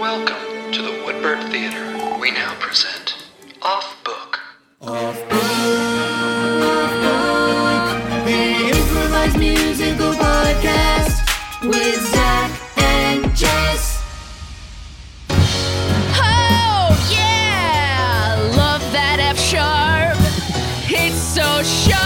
Welcome to the Woodbird Theater. We now present Off Book. Oh, The improvised musical podcast with Zach and Jess. Oh, yeah! Love that F sharp. It's so sharp.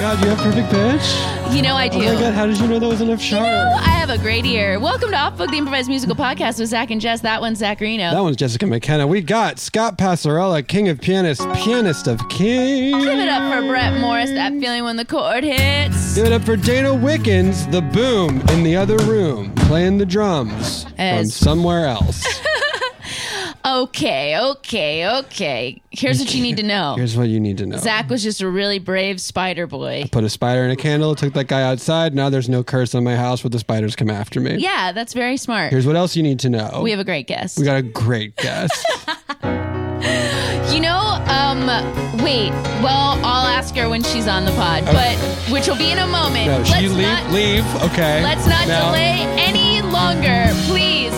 God, you have perfect pitch. You know I do. Oh my God, how did you know that was an F sharp? Oh, I have a great ear. Welcome to Off Book, the improvised musical podcast with Zach and Jess. That one's Zach Reno. That one's Jessica McKenna. We got Scott Passarella, king of pianists, pianist of kings. Give it up for Brett Morris, that feeling when the chord hits. Give it up for Dana Wickens, the boom in the other room, playing the drums from As- somewhere else. Okay, okay, okay. Here's what you need to know. Here's what you need to know. Zach was just a really brave spider boy. Put a spider in a candle, took that guy outside. Now there's no curse on my house, but the spiders come after me. Yeah, that's very smart. Here's what else you need to know. we have a great guest. we got a great guest. You know, um, wait. Well, I'll ask her when she's on the pod, but which will be in a moment. no, let's she leave, not, leave. Okay. Let's not Now- delay any longer, please.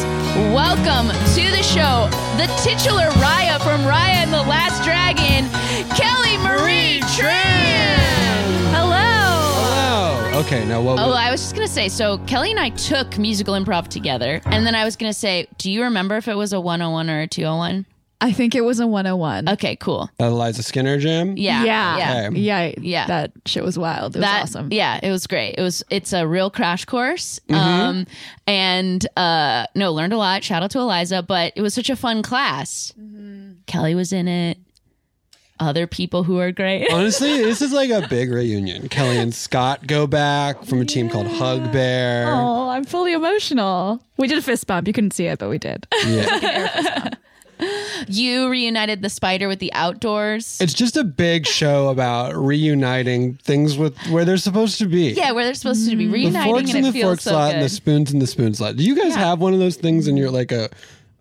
Welcome to the show, the titular Raya from Raya and the Last Dragon, Kelly Marie Tran. Hello. Hello. Okay. Now what? Oh, I was just gonna say. So Kelly and I took musical improv together, and then I was gonna say, do you remember if it was a 101 or a 201? I think it was a 101. Okay, cool. Eliza Skinner Jam. Yeah, Yeah. yeah. Okay. Yeah. Yeah. That shit was wild. It was awesome. Mm-hmm. Yeah, it was great. It was it's a real crash course. Um and uh no, learned a lot. Shout out to Eliza, but it was such a fun class. Mm-hmm. Kelly was in it. Other people who are great. Honestly, this is like a big reunion. Kelly and Scott go back from a team called Hug Bear. Oh, I'm fully emotional. We did a fist bump. You couldn't see it, but we did. Yeah. You reunited the spider with the outdoors. It's just a big show about reuniting things with where they're supposed to be. yeah, where they're supposed to be Mm-hmm. The reuniting forks and in it the feels fork so slot good. and the spoons in the spoon slot. Do you guys have one of those things in your like a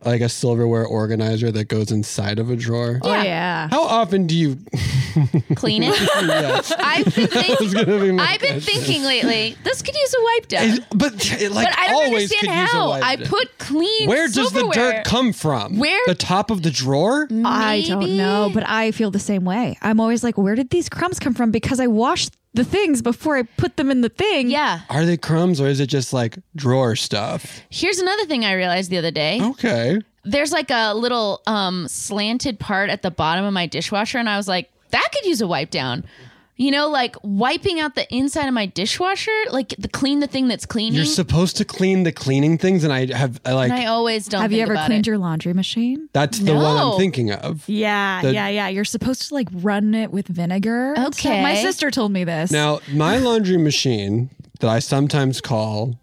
like a silverware organizer that goes inside of a drawer? Yeah. yeah. How often do you Clean it. Yes. I've been That's thinking gonna be Oh my I've been question. thinking lately, this could use a wipe down. Is- but it, like but I don't always understand could use a how. wipe I down. put clean Where does the silverware. dirt come from? Where- Mm. The top of the drawer? I don't Maybe. know, but I feel the same way. I'm always like, where did these crumbs come from? Because I washed the things before I put them in the thing. Yeah. Are they crumbs or is it just like drawer stuff? Here's another thing I realized the other day. Okay. Mm. There's like a little um, slanted part at the bottom of my dishwasher, and I was like, that could use a wipe down. You know, like wiping out the inside of my dishwasher, like the clean the thing that's cleaning. You're supposed to clean the cleaning things, and I have I like and I always don't. Have you think ever about cleaned it. your laundry machine? that's the one No. I'm thinking of. Yeah, The- yeah, yeah. You're supposed to like run it with vinegar. and stuff. Okay. My sister told me this. Now, my laundry machine that I sometimes call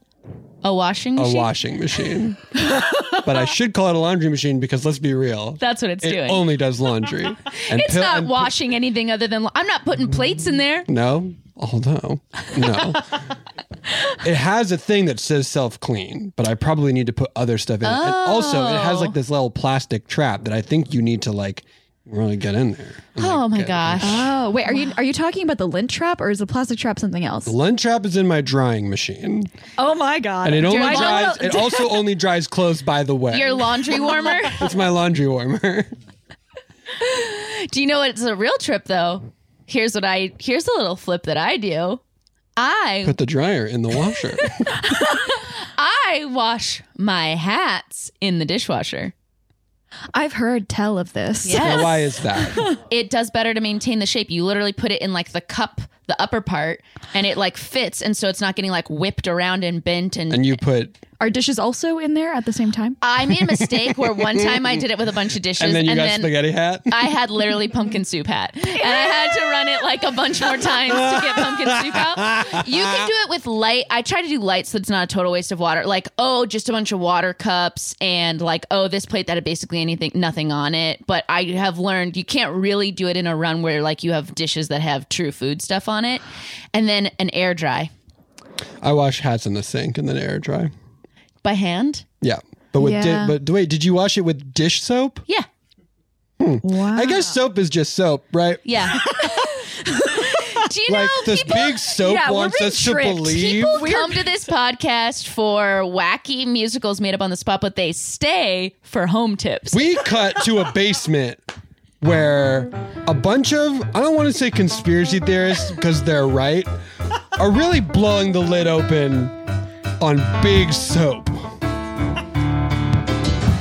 a washing a machine? washing machine, but I should call it a laundry machine because let's be real, That's what it's it doing. only does laundry. And it's pil- not and- washing anything other than. I'm not putting plates in there. No, although no, it has a thing that says self clean, but I probably need to put other stuff in. it. And also, it has like this little plastic trap that I think you need to like really get in there. and, like, Oh my get- gosh. Oh wait, are you are you talking about the lint trap or is the plastic trap something else? The lint trap is in my drying machine, Oh my god! and it only Dry- dries. It also only dries clothes. By the way, Your laundry warmer. it's my laundry warmer. Do you know what? It's a real trip though. Here's what I. Here's a little flip that I do. I Put the dryer in the washer. I wash my hats in the dishwasher. I've heard tell of this. Now, why is that? It does better to maintain the shape. You literally put it in like the cup, the upper part, and it like fits. And so it's not getting like whipped around and bent. And, And you put Are dishes also in there at the same time? I made a mistake where one time I did it with a bunch of dishes, and then you got spaghetti hat. I had literally pumpkin soup hat, and I had to run it like a bunch more times to get pumpkin soup out. You can do it with light. I try to do light, so it's not a total waste of water. Like oh, just a bunch of water cups, and like oh, this plate that had basically anything, nothing on it. But I have learned you can't really do it in a run where like you have dishes that have true food stuff on it, and then an air dry I wash hats in the sink and then air dry. by hand. Yeah, but with di- Yeah. but wait, did you wash it with dish soap? Yeah, Wow. I guess soap is just soap, right? yeah. do you Like know this big soap yeah, we're wants being us to tricked. believe. People come to this podcast for wacky musicals made up on the spot, but they stay for home tips. we cut to a basement where a bunch of I don't want to say conspiracy theorists because they're right are really blowing the lid open on big soap.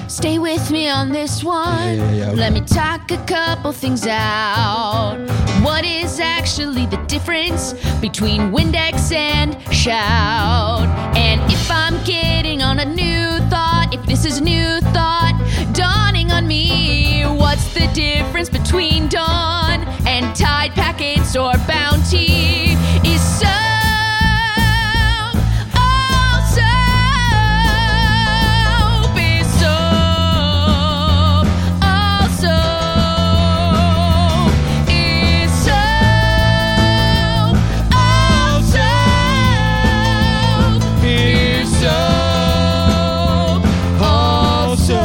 stay with me on this one. Yeah, yeah, yeah, okay. Let me talk a couple things out. What is actually the difference between Windex and shout? And if I'm getting on a new thought, if this is new thought dawning on me, what's the difference between dawn and tide packets or bounty? Is so also be soap. Also is soap. Also is soap. Also.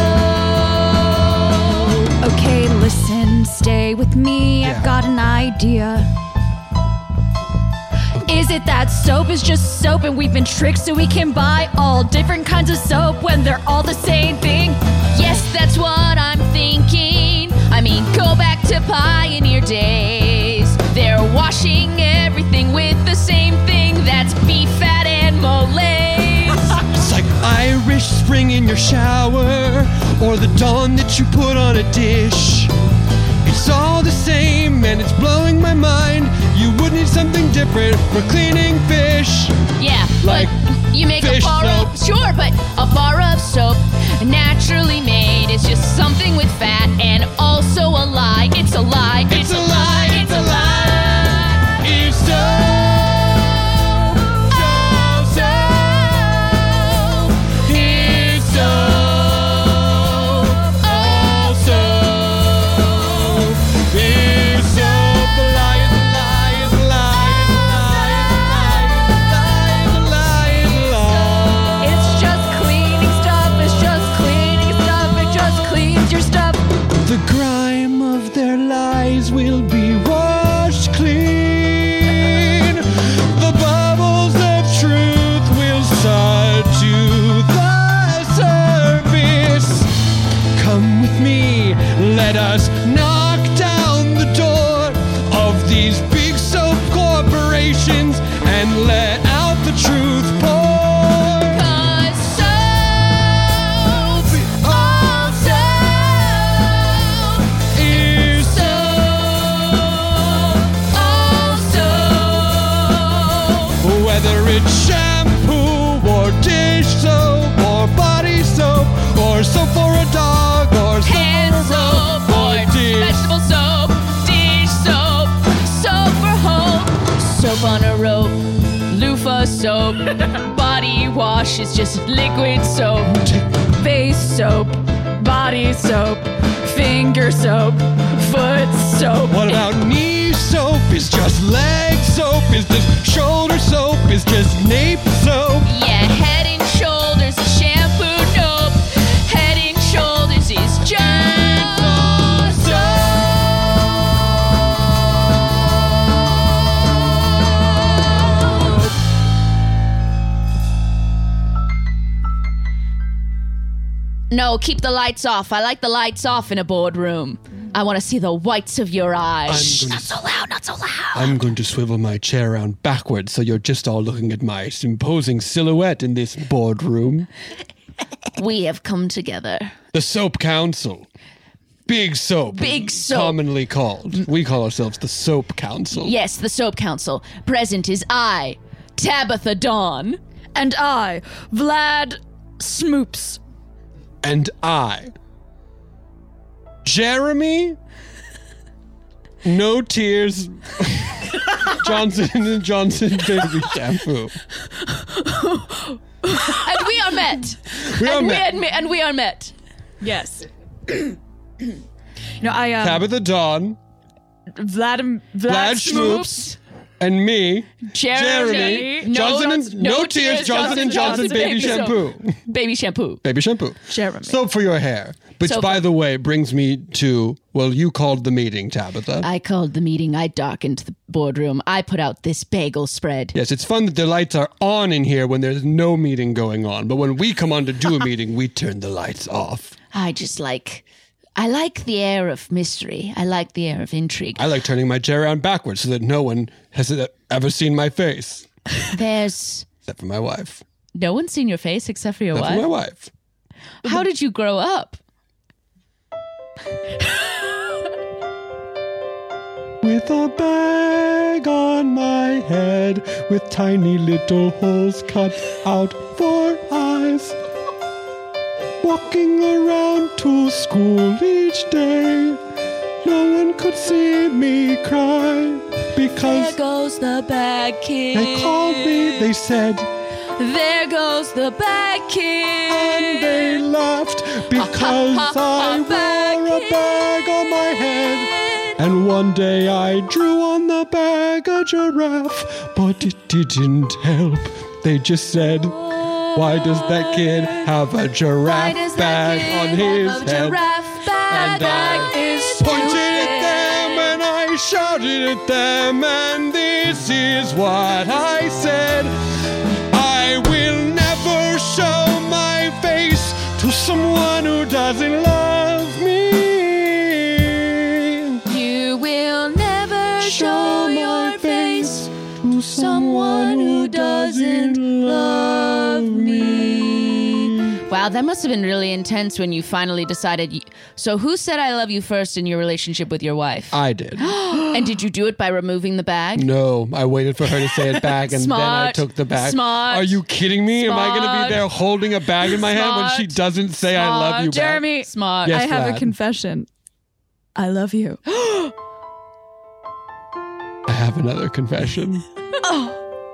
Okay, listen, stay with me. Yeah. I've got an idea. Is it that soap is just soap and we've been tricked so we can buy all different kinds of soap when they're all the same thing? Yes, that's what I'm thinking. I mean, go back to pioneer days. They're washing everything with the same thing that's beef fat and molaise. It's like Irish spring in your shower or the dawn that you put on a dish. It's all the same and it's blowing my mind. You would need something different for cleaning fish. yeah, Like but you make a fish bar of soap. sure, but a bar of soap naturally made is just something with fat and also a lie. It's a lie. It's, a, lie. It's a lie. It's so, so, so. It's so, also. It's so, the lie is a lie, is a lie, is a lie, is a lie, is a lie, is a lie, is a lie. It's just cleaning stuff, it's just cleaning stuff, it just cleans your stuff. The grime of their lies will be washed clean. The bubbles of truth will start to the surface. Come with me, let us knock down the door of these big soap corporations and let out the truth pour. Cause soap also Is So, oh, also, Whether it's shampoo or dish soap or body soap or soap for a dog or soap hand for a soap, rope or vegetable soap, dish soap, soap for home, soap on a rope, loofah soap, body wash is just liquid soap, face soap, body soap, finger soap, foot soap. What about knee soap? Is just leg soap? Is just shoulder soap? Is just nape soap? Yeah, head and shoulders is shampoo, nope. Head and shoulders is just No, keep the lights off. I like the lights off in a boardroom. I want to see the whites of your eyes. gonna- not so loud, not so loud. I'm going to swivel my chair around backwards so you're just all looking at my imposing silhouette in this boardroom. We have come together. The Soap Council. Big soap. Big soap. Commonly called. We call ourselves the Soap Council. Yes, the Soap Council. Present is I, Tabitha Dawn. And I, Vlad Smoops. and I, Jeremy, no tears, Johnson and Johnson baby shampoo. and we are met. We are and we met. admi- and we are met. Yes. You know, I um, Tabitha Dawn, Vladim Vlad Vlad, Schmoops, and me, Jeremy, Jeremy, no, Johnson and no no tears, Johnson and Johnson baby shampoo. baby shampoo. Baby shampoo. Jeremy. Soap for your hair. Which, Soap. by the way, brings me to well, you called the meeting, Tabitha. I called the meeting. I darkened the boardroom. I put out this bagel spread. Yes, it's fun that the lights are on in here when there's no meeting going on. But when we come on to do a meeting, we turn the lights off. I just like, I like the air of mystery. I like the air of intrigue. I like turning my chair around backwards so that no one has ever seen my face, There's except for my wife. no one's seen your face except for your Except for my wife. wife. How did you grow up? With a bag on my head, with tiny little holes cut out for eyes. Walking around to school each day, no one could see me cry because goes the bad kid. they called me, they said, There goes the bad kid. and they laughed because I wear a bag on my head. And one day I drew on the bag a giraffe, but it didn't help. They just said, Why does that kid have a giraffe bag on his head? And I pointed at them and I shouted at them, and this is what I said I will never show my face to someone who doesn't love me. You will never show your face to someone who doesn't love me. Wow, that must have been really intense when you finally decided. You, so, who said I love you first in your relationship with your wife? I did. and did you do it by removing the bag? No, I waited for her to say it back, and then I Smart. took the bag. Smart. Are you kidding me? Am I going to Smart. be there holding a bag in my hand when she Smart. doesn't say I love Smart. you? back? Jeremy, Smart. Yes. I have Vlad. a confession. I love you. I have another confession.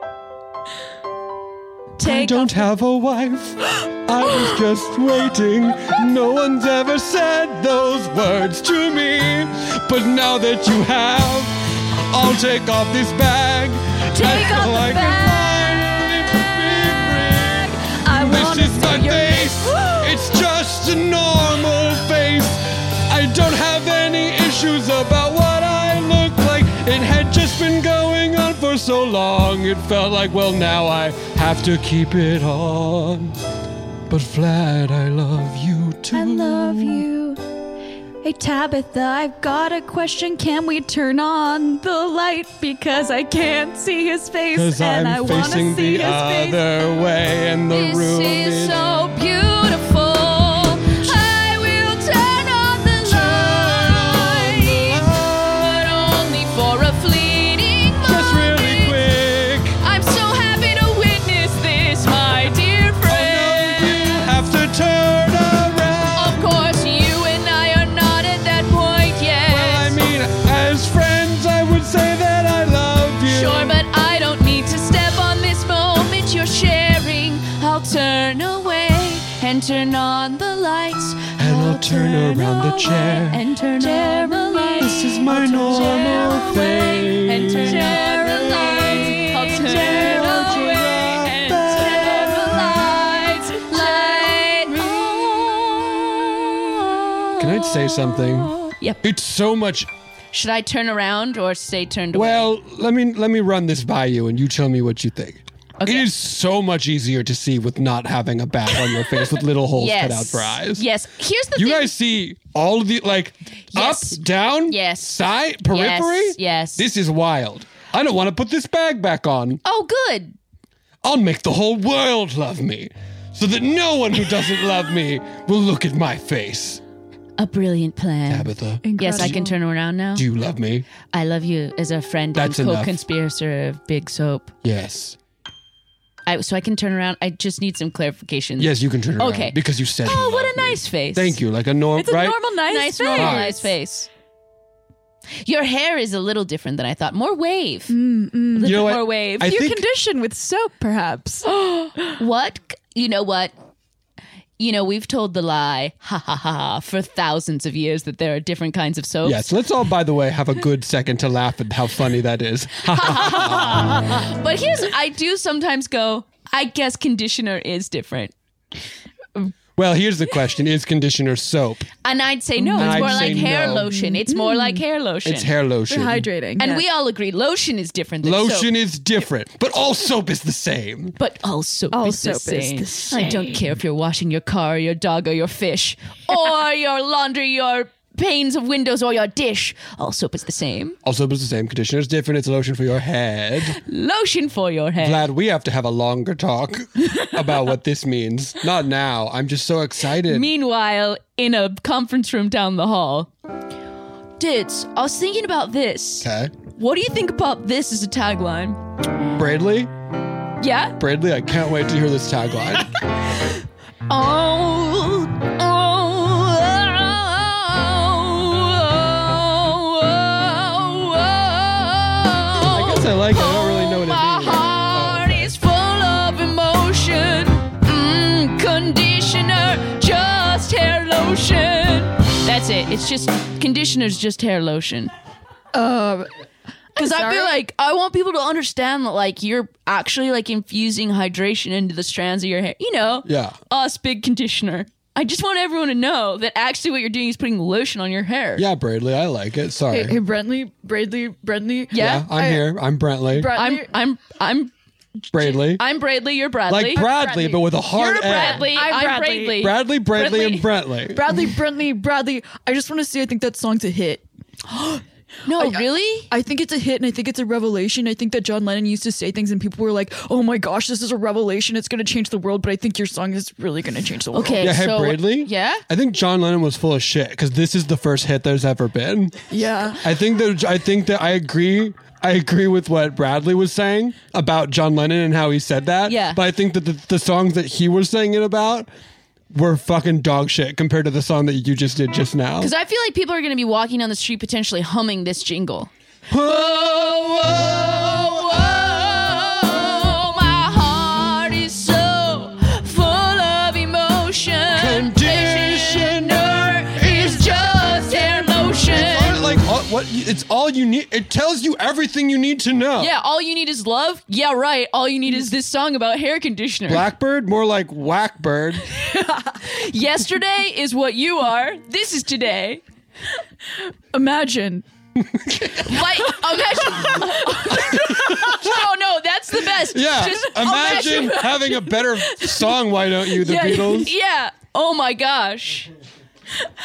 I Oh. Take don't have a wife. I was just waiting. No one's ever said those words to me. But now that you have, I'll take off this bag. Take I off know the I can finally be free. I want This is my face. It's just a normal face. I don't have any issues about what I look like. It had just been going on for so long. It felt like, well, now I have to keep it on. But Vlad, I love you too. I love Mm. you. Hey Tabitha, I've got a question. Can we turn on the light because I can't see his face Cause I'm and I want facing to see the his face? other way, and the room is so beautiful. I will turn on the light, but only for a fleeting just really quick. I'm so happy to witness this, my dear friend. Have to turn around. Of course, you and I are not at that point yet. Well, I mean, as friends, I would say that I love you. sure, but I don't need to step on this moment you're sharing. I'll turn away and turn on the lights. And I'll turn around the away chair. and turn on the lights. This is my normal thing. and turn out the lights. I'll turn away and turn the lights. Light on. Can I say something? Yep. It's so much. Should I turn around or stay turned away? Well, let me let me run this by you, and you tell me what you think. Okay. It is so much easier to see with not having a bag on your face with little holes yes. cut out for eyes. Yes. Here's the You thing. guys see all of the like Yes. up, down, Yes. side, periphery. Yes, yes. This is wild. I don't want to put this bag back on. oh, good. I'll make the whole world love me, so that no one who doesn't love me will look at my face. A brilliant plan. Tabitha, Yes, I can turn around now. do you love me? I love you as a friend That's and enough. co-conspirator of Big Soap. Yes. I, so I can turn around. I just need some clarification. Yes, you can turn around. Okay. Because you said. you Oh, what love a me. nice face. Thank you. Like a norm, It's a right? normal, nice, Nice, face. normalized face. Your hair is a little different than I thought. More wave. you know what? More wave. I you think condition with soap, perhaps. What? c- You know what? You know, we've told the lie, ha ha ha, ha, for thousands of years that there are different kinds of soaps. Yes, let's all, by the way, have a good second to laugh at how funny that is. But here's, I do sometimes go, I guess conditioner is different. well, here's the question Is conditioner soap? And I'd say no, it's I'd more say like hair no. lotion. It's more like hair lotion. It's hair lotion. Hydrating. and we all agree lotion is different than soap. Lotion is different, but all soap is the same. But all soap, All is, the soap is same. the I don't care if you're washing your car, or your dog, or your fish, or your laundry, your panes of windows, or your dish. All soap is the same. All soap is the same. Conditioner is different. It's lotion for your head. Lotion for your hair. Glad we have to have a longer talk about what this means. Not now. I'm just so excited. Meanwhile, in a conference room down the hall, Ditz, I was thinking about this. okay. What do you think about this as a tagline? Bradley, Yeah? Bradley, I can't wait to hear this tagline. Oh, oh, oh, oh, I guess I like it. I don't really know what it My means. heart is full of emotion. Mm, conditioner, just hair lotion. That's it. It's just conditioner's just hair lotion. Um, Because I feel sorry. like I want people to understand that like you're actually like infusing hydration into the strands of your hair. You know Yeah. us big conditioner. I just want everyone to know that actually what you're doing is putting lotion on your hair. Yeah, Bradley, I like it. Sorry. hey, hey, Brentley, Bradley, Brentley. Yeah? yeah, I'm I- here. I'm Bradley. Bradley. I'm I'm I'm Bradley. I'm Bradley, you're Bradley. like Bradley, but with a hard You're a L. Bradley, I'm, I'm Bradley. Bradley. Bradley, Bradley, and Bradley. Bradley, Brentley, Bradley. I just want to say, I think that song's a hit. No, really? I think it's a hit, and I think it's a revelation. I think that John Lennon used to say things, and people were like, "Oh my gosh, this is a revelation. It's going to change the world." But I think your song is really going to change the world. Okay, yeah, hey, so Bradley. Yeah? I think John Lennon was full of shit because this is the first hit there's ever been. Yeah. I think that I think that I agree. I agree with what Bradley was saying about John Lennon and how he said that. Yeah. But I think that the, the songs that he was singing about were fucking dog shit compared to the song that you just did just now. Because I feel like people are going to be walking down the street potentially humming this jingle. Oh, my heart is so full of emotion. Conditioner is just hair lotion. like all, what? you- It's all you need. It tells you everything you need to know. Yeah, all you need is love. Yeah, right. All you need is this song about hair conditioner. Blackbird, more like Whackbird. Yesterday is what you are. This is today. Imagine. Like, imagine. no, no, that's the best. Yeah. Just imagine, having a better song, why don't you, the Yeah. Beatles? Yeah. Oh my gosh.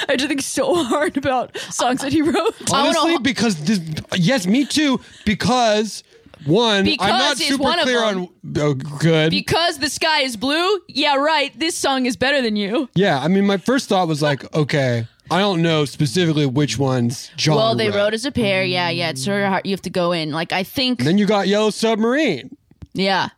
I had to think so hard about songs that he wrote. I wanna- Honestly, because this, yes, me too. Because one, Because I'm not is super one of clear them. on. Oh, good. Because the sky is blue. Yeah, right. This song is better than you. yeah, I mean, my first thought was like, okay, I don't know specifically which ones John. Well, they wrote as a pair. Yeah, yeah. It's sort of hard. You have to go in. Like I think. Then you got Yellow Submarine. Yeah,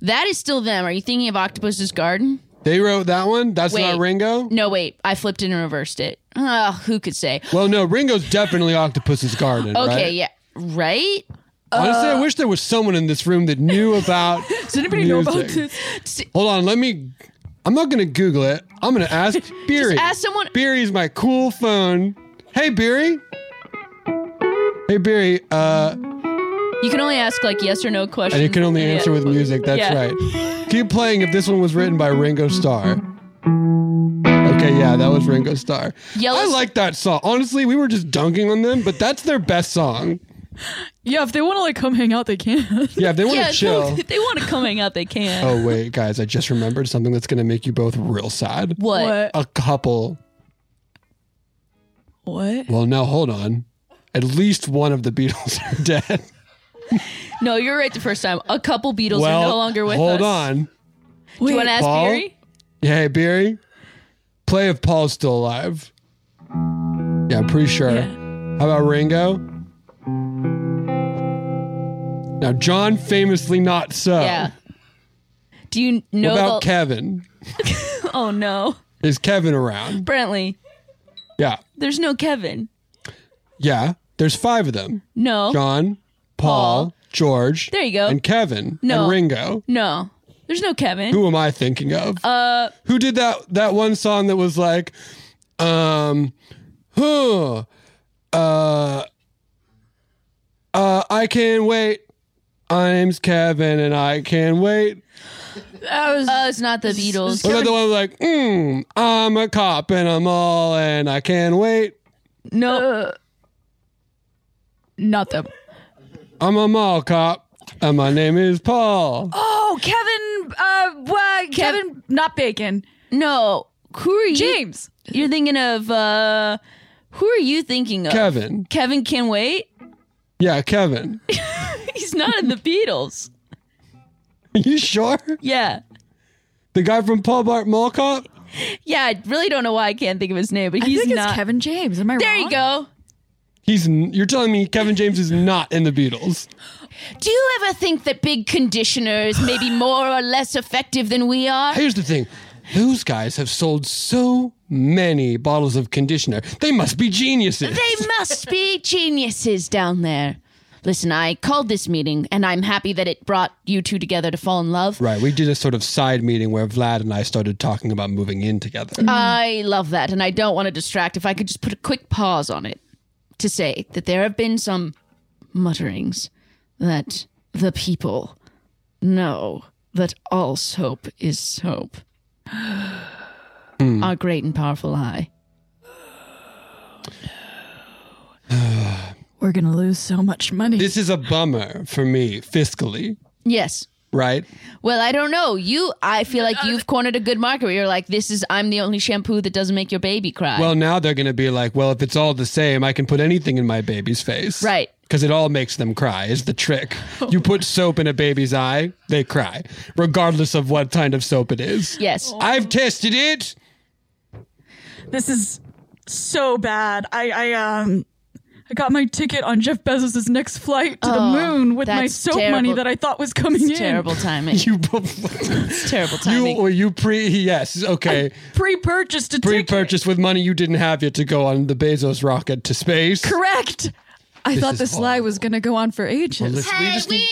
that is still them. Are you thinking of Octopus's Garden? They wrote that one. That's Wait. not Ringo. No, wait. I flipped it and reversed it. Ugh, who could say? Well, no, Ringo's definitely Octopus's Garden. Okay, right? yeah, Uh, right. Honestly, I wish there was someone in this room that knew about. Does anybody know about S- Hold on, let me. I'm not gonna Google it. I'm gonna ask Beery. ask someone- Beery's my cool phone. Hey Beery. Hey Beery. Uh, You can only ask like yes or no questions. and you can only Yeah. answer with music. That's Yeah. right. Keep playing. If this one was written by Ringo Starr. Okay, yeah, that was Ringo Starr. Yellow- I like that song. Honestly, we were just dunking on them, but that's their best song. Yeah, if they want to like come hang out, they can. Yeah, if they want to Yeah, chill. if they want to come hang out, they can. Oh wait, guys, I just remembered something that's gonna make you both real sad. What? A couple. What? Well, now hold on. At least one of the Beatles are dead. No, you're right the first time. A couple Beatles well, are no longer with hold us. on. Do you want to ask Paul? Barry? Hey, Beery, play if Paul's still alive. Yeah, I'm pretty sure. How about Ringo? Now, John famously not so. Yeah. Do you know what Oh. about the? Kevin? oh no, Is Kevin around? Brentley. Yeah. There's no Kevin. Yeah. There's five of them. No. John, Paul, Oh. Paul. George. There you go. And Kevin. No. And Ringo. No. There's no Kevin. Who am I thinking of? Uh, Who did that that one song that was like, um, huh, uh, uh, I can wait. I'm Kevin and I can wait. Uh, it's not the Beatles. What about the one like, mm, I'm a cop and I'm all and I can wait. No. Not them. I'm a mall cop and my name is Paul. Oh, Kevin. Uh, uh Kevin. Not Bacon. No. Who are you? James. You're thinking of. uh Who are you thinking of? Kevin. Kevin can wait. Yeah, Kevin. He's not in the Beatles. Are you sure? Yeah. The guy from Paul Bart Mall Cop? Yeah. I really don't know why I can't think of his name, but I he's think not. it's Kevin James. Am I There wrong? you go. He's n- you're telling me Kevin James is not in the Beatles. Do you ever think that big conditioners may be more or less effective than we are? Here's the thing. Those guys have sold so many bottles of conditioner. They must be geniuses. They must be geniuses down there. Listen, I called this meeting, and I'm happy that it brought you two together to fall in love. right, we did a sort of side meeting where Vlad and I started talking about moving in together. Uh, I love that, and I don't want to distract. If I could just put a quick pause on it to say that there have been some mutterings that the people know that all soap is soap. Hmm. Our great and powerful eye. We're gonna lose so much money. this is a bummer for me fiscally, Yes. right? Well, I don't know. You, I feel like you've cornered a good market. Where you're like, this is. I'm the only shampoo that doesn't make your baby cry. Well, now they're going to be like, well, if it's all the same, I can put anything in my baby's face. Right. Because it all makes them cry, is the trick. You put soap in a baby's eye, they cry, regardless of what kind of soap it is. yes. I've tested it. This is so bad. I, I um I got my ticket on Jeff Bezos' next flight to the moon with my that's soap terrible. money that I thought was coming in. It's terrible timing. You, It's terrible you, timing. or you pre, yes, okay. Pre-purchased a Pre ticket. purchase with money you didn't have yet to go on the Bezos rocket to space. Correct. I thought is this lie was going to go on for ages. Listen, we just need-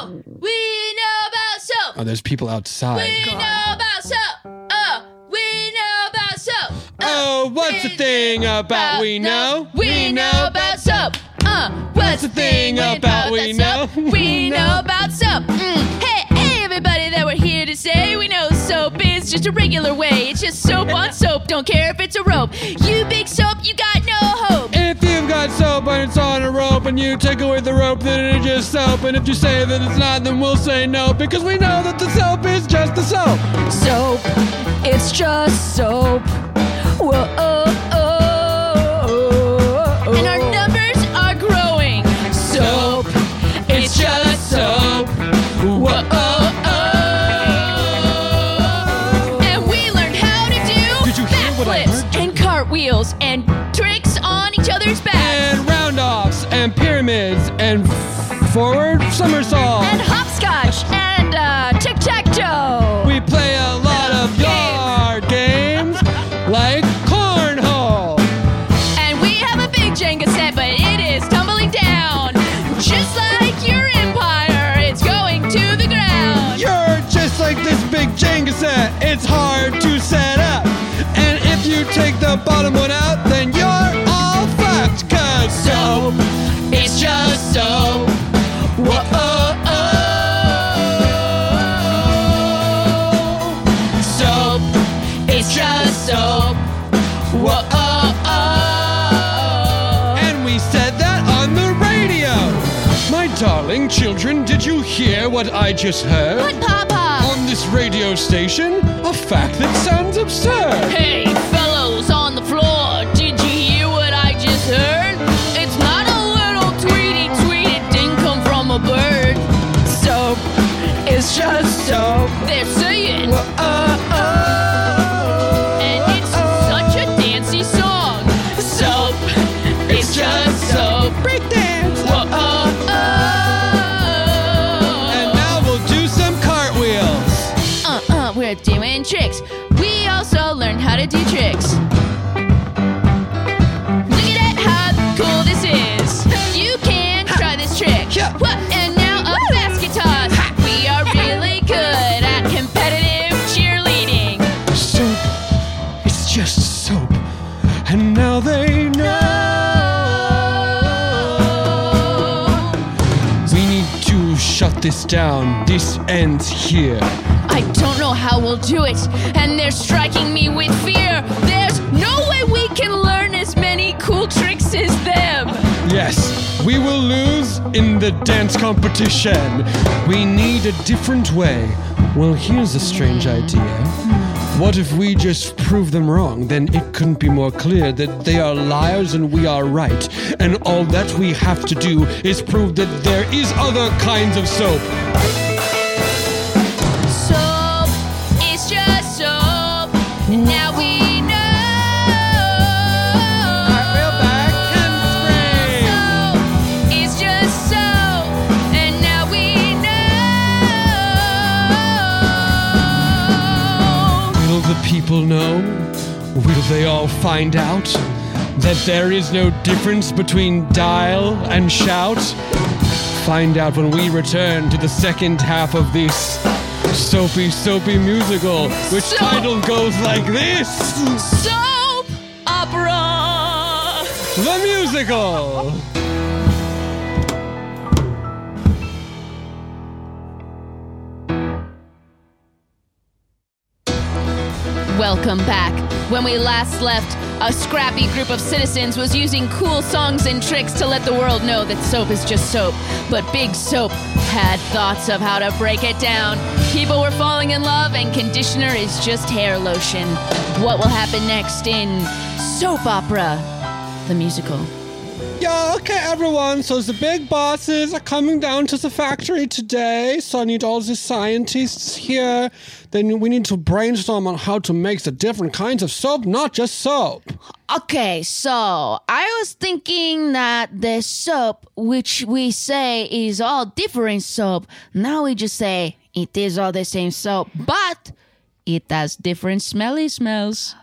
know. We know about soap. oh, there's people outside. know about soap. Oh, we know about soap. Oh, what's the thing about we know? Uh, We know about soap. Uh, what's the thing thing about about we that soap? know? We know about soap. Mm. Hey, hey, everybody that we're here to say we know soap is just a regular way. It's just soap on soap. Don't care if it's a rope. You big soap, you got no hope. If you've got soap and it's on a rope and you take away the rope, then it's just soap. And if you say that it's not, then we'll say no because we know that the soap is just the soap. soap. It's just soap. Whoa. Oh, oh, oh. And our numbers are growing. Soap. It's just soap. Whoa, oh, oh. And we learned how to do Did you hear what I backflips heard? and cartwheels and tricks on each other's backs. And roundoffs and pyramids and forward somersaults. and hopscotch and uh, tic tac toe. We play a lot of yard games like cornhole. And we have a big Jenga set, but it is tumbling down. Just like your empire, it's going to the ground. You're just like this big Jenga set. It's hard to set up. And if you take the bottom one out, then you're all fucked. Cause soap is just soap. Whoa, oh, oh. Soap is just soap. Whoa, oh, oh. And we said that on the radio. My darling children, did you hear what I just heard? But Papa, on this radio station a fact that sounds absurd. Hey, fellows on the floor, did you hear what I just heard? It's not a little tweety tweet, it didn't come from a bird. Soap. It's just soap. They're saying, uh, and it's such a dancey song. Soap, it's just soap. Breakdance! Whoa, oh, oh. And now we'll do some cartwheels. Uh, tricks. We also learned how to do tricks. Look at how cool this is. You can try this trick. What? And now a basket toss. We are really good at competitive cheerleading. Soap. It's just soap. And now they Oh, know. We need to shut this down. This ends here. I don't know how we'll do it, and they're striking me with fear. There's no way we can learn as many cool tricks as them. Yes, we will lose in the dance competition. We need a different way. Well, here's a strange idea. What if we just prove them wrong? Then it couldn't be more clear that they are liars and we are right. And all that we have to do is prove that there is other kinds of soap. Soap, it's just soap, and now we know. Soap, it's just soap, and now we know. Will the people know? Will they all find out that there is no difference between dial and shout? Find out when we return to the second half of this soapy, soapy musical, which So- title goes like this soap opera. The Musical! Welcome back. When we last left, a scrappy group of citizens was using cool songs and tricks to let the world know that soap is just soap. But Big Soap had thoughts of how to break it down. People were falling in love, and conditioner is just hair lotion. What will happen next in Soap Opera, the musical? Yeah, okay, everyone. So the big bosses are coming down to the factory today. So I need all the scientists here. Then we need to brainstorm on how to make the different kinds of soap, not just soap. Okay, so I was thinking that the soap, which we say is all different soap, now we just say it is all the same soap, but it has different smelly smells.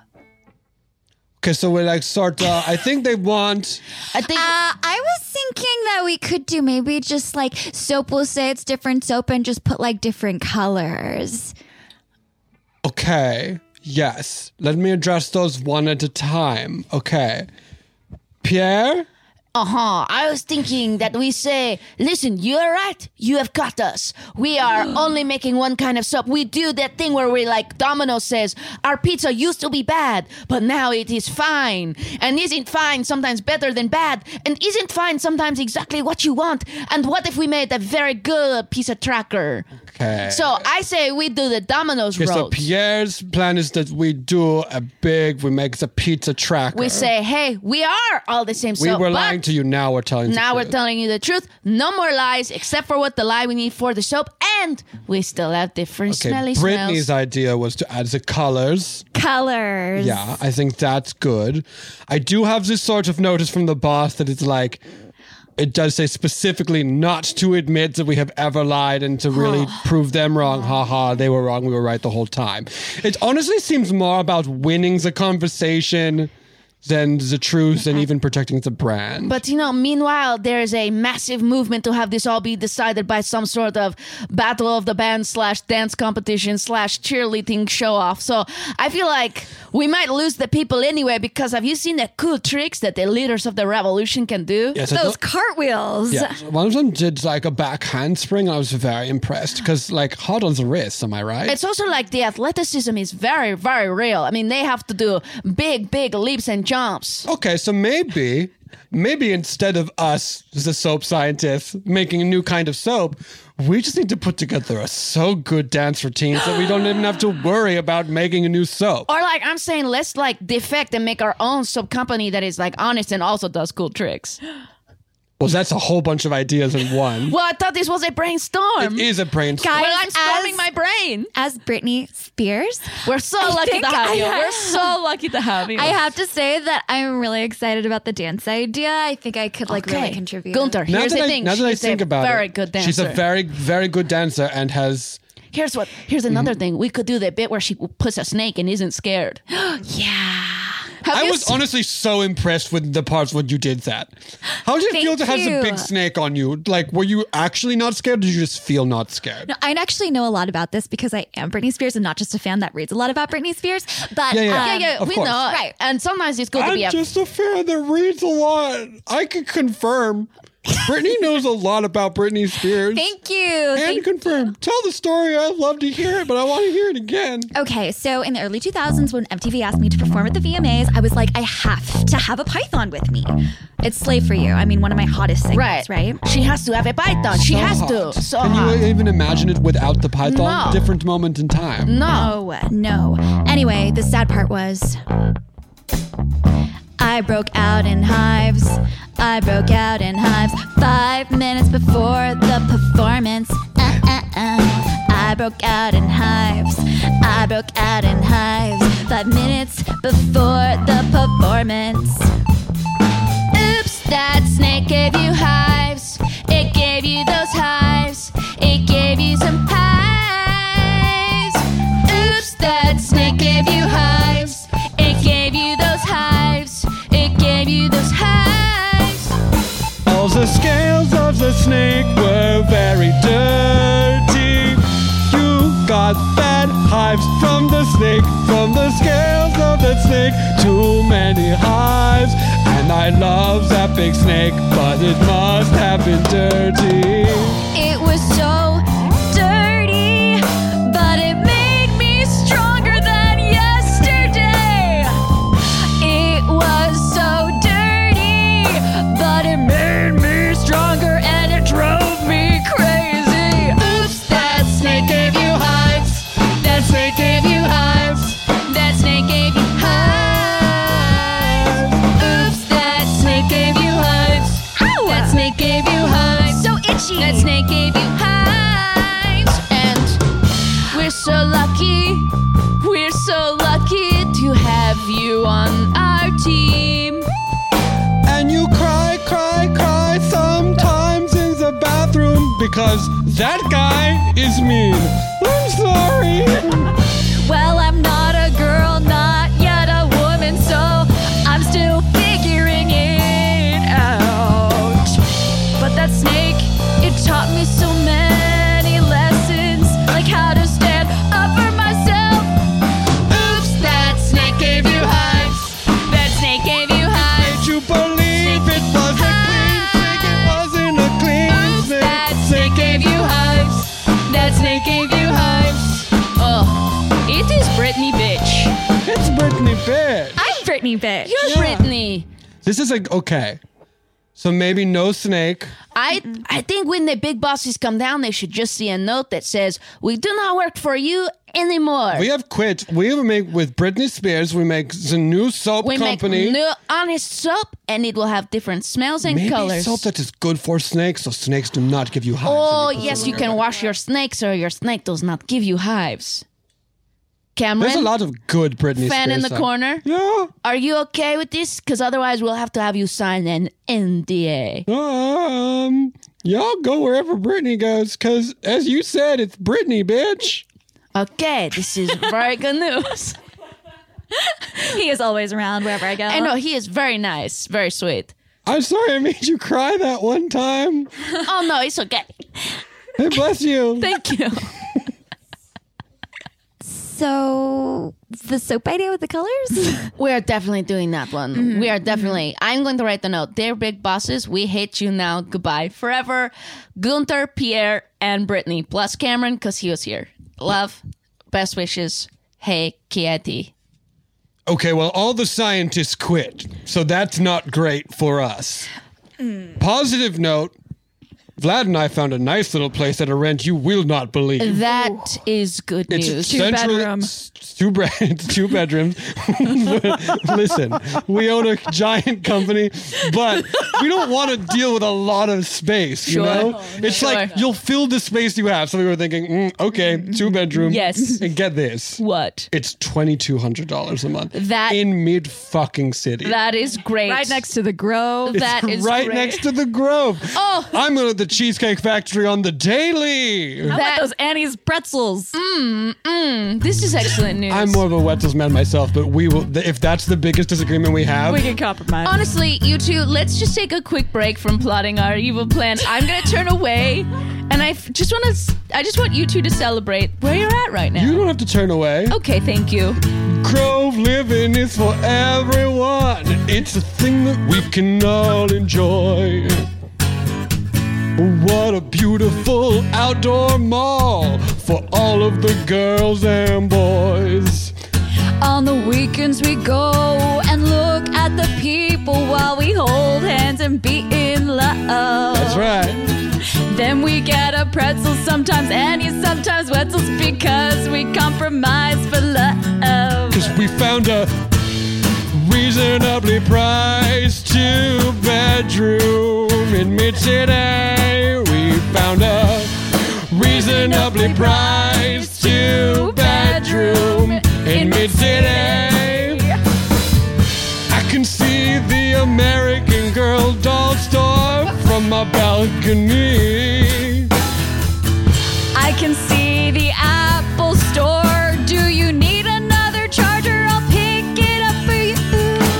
Okay, so we like sort. Uh, I think they want. I think Uh, I was thinking that we could do maybe just like soap. We'll say it's different soap and just put like different colors. Okay, yes. Let me address those one at a time. Okay, Pierre. Uh-huh. I was thinking that we say, listen, you're right. You have got us. We are only making one kind of soap. We do that thing where we like Domino's says, our pizza used to be bad, but now it is fine. And isn't fine sometimes better than bad? And isn't fine sometimes exactly what you want? And what if we made a very good piece of tracker? Okay. So I say we do the Domino's Okay, roast. so Pierre's plan is that we do a big. We make the pizza tracker. we say, hey, we are all the same We soap. were but lying to you. Now we're telling. the Now we're truth. telling you the truth. No more lies, except for what the lie we need for the soap, and we still have different Okay, smelly Brittany's smells. idea was to add the colors. Colors. Yeah, I think that's good. I do have this sort of notice from the boss that it's like it does say specifically not to admit that we have ever lied and to really prove them wrong. Ha ha, they were wrong. We were right the whole time. It honestly seems more about winning the conversation than the truth and even protecting the brand. But you know, meanwhile, there is a massive movement to have this all be decided by some sort of battle of the band slash dance competition slash cheerleading show off. So I feel like we might lose the people anyway because have you seen the cool tricks that the leaders of the revolution can do? Yes, I Those don't- cartwheels. yeah. One of them did like a back handspring. I was very impressed because, like, hard on the wrist, am I right? It's also like the athleticism is very, very real. I mean, they have to do big, big leaps and jumps. Okay, so maybe, maybe instead of us, the soap scientists, making a new kind of soap, we just need to put together a so good dance routine that we don't even have to worry about making a new soap. Or like I'm saying, let's like defect and make our own sub company that is like honest and also does cool tricks. Well, that's a whole bunch of ideas in one. Well, um, I thought this was a brainstorm. It is a brainstorm. Guys, Well, I'm storming as- my brain. As Britney Spears. We're so lucky think to have I- you. We're so lucky to have you. I have to say that I'm really excited about the dance idea. I think I could like really contribute. Gunther, here's that the I, thing. now that I She's think a about very it, good dancer. she's a very, very good dancer and has Here's what. Here's another thing. We could do the bit where she puts a snake and isn't scared. Have I you was seen- honestly so impressed with the parts when you did that. How did it Thank feel to have some you. big snake on you? Like, were you actually not scared? Or did you just feel not scared? No, I actually know a lot about this because I am Britney Spears and not just a fan that reads a lot about Britney Spears. But Yeah, yeah. um, Yeah, yeah, Of we course. know. Right. And sometimes it's good to I'm be a just a fan that reads a lot. I can confirm. Brittany knows a lot about Britney Spears. Thank you. and Thank- confirm. Tell the story. I'd love to hear it, but I want to hear it again. Okay, so in the early 2000s, when MTV asked me to perform at the VMAs, I was like, I have to have a python with me. It's Slave for You. I mean, one of my hottest singles, right? right? She has to have a python. she has to. So Can hot. you even imagine it without the python? No. Different moment in time. no. Oh, no. Anyway, the sad part was I broke out in hives. I broke out in hives five minutes before the performance. Uh, uh, uh. I broke out in hives. I broke out in hives five minutes before the performance. Oops, that snake gave you hives. It gave you those hives. It gave you some hives. Oops, that snake gave you hives. It gave you those hives. It gave you those hives. All the scales of the snake were very dirty. You got that hives from the snake, from the scales of the snake. Too many hives, and I love that big snake, but it must have been dirty. It was so dirty, but it made me stronger than yesterday. It was so dirty, but it made me stronger and it drove me crazy. Oops, that snake gave you hives. That snake gave you hives. That snake gave you hives. Oops, that snake gave you hives. That snake gave you hives. So itchy. That snake gave you hives. And we're so lucky. We're so lucky to have you on our team. And you cry, cry, cry sometimes in the bathroom because that guy is mean. I'm sorry. Well, I'm not a girl, not yet a woman, so I'm still figuring it out. But that snake, it taught me so many lessons, like how to stand up for myself. Oops, that snake gave you hives. That snake gave you hives. Did you believe it was a clean snake? It wasn't a clean Oops, snake. that snake gave you hives. That snake gave you hives. Oh, it is Britney, bitch. It's Britney Bitch. I'm Brittany, bitch. You're Britney. This is like okay. So maybe no snake. I I think when the big bosses come down, they should just see a note that says, "We do not work for you anymore." We have quit. We make with Britney Spears. We make the new soap We company. make new honest soap, and it will have different smells and maybe colors. soap that is good for snakes, so snakes do not give you hives. oh when you put yes, it you on can your- wash your snakes, or your snake does not give you hives. Cameron, There's a lot of good Britney Spears. fan in the songs. corner. Yeah. Are you okay with this? Because otherwise, we'll have to have you sign an NDA. Um. Y'all go wherever Britney goes, cause as you said, it's Britney, bitch. Okay, this is very good news. He is always around wherever I go. I know he is very nice, very sweet. I'm sorry I made you cry that one time. Oh no, it's okay. Hey, bless you. Thank you. So the soap idea with the colors? Mm-hmm. We are definitely doing that one. We are definitely. I'm going to write the note. Dear big bosses, we hate you now. Goodbye forever. Gunther, Pierre, and Brittany, plus Cameron, because he was here. Love, best wishes. Hey, Kieti. Okay, well, all the scientists quit, so that's not great for us. Positive note Vlad and I found a nice little place at a rent you will not believe. That is good It's news. centrally- bedroom. s- Two, bre- it's two bedrooms. Listen, we own a giant company, but we don't want to deal with a lot of space. You Sure. know, it's like Sure. Mm-hmm. you'll fill the space you have. So we were thinking, mm, okay, two bedroom. Yes. and get this, What? it's twenty two hundred dollars a month. That- in mid fucking city. That is great. Right next to the Grove. That It's is right great. next to the Grove. Oh. I'm gonna. The Cheesecake Factory on the daily. That- those Annie's pretzels. Mm. This is excellent news. I'm more of a Wetzel's man myself, but we will. If that's the biggest disagreement we have, We can compromise. Honestly, you two, let's just take a quick break from plotting our evil plan. I'm gonna turn away, and I f- just want to. I just want you two to celebrate where you're at right now. you don't have to turn away. okay, thank you. Grove living is for everyone. It's a thing that we can all enjoy. What a beautiful outdoor mall for all of the girls and boys. On the weekends we go and look at the people while we hold hands and be in love. That's Uh, right. Then we get a pretzel sometimes, and you sometimes Wetzels because we compromise for love. Because we found a reasonably priced two bedroom in mid city. We found a reasonably priced two bedroom in mid city. I can see the American Girl doll store from my balcony. I can see the Apple Store. Do you need another charger? I'll pick it up for you.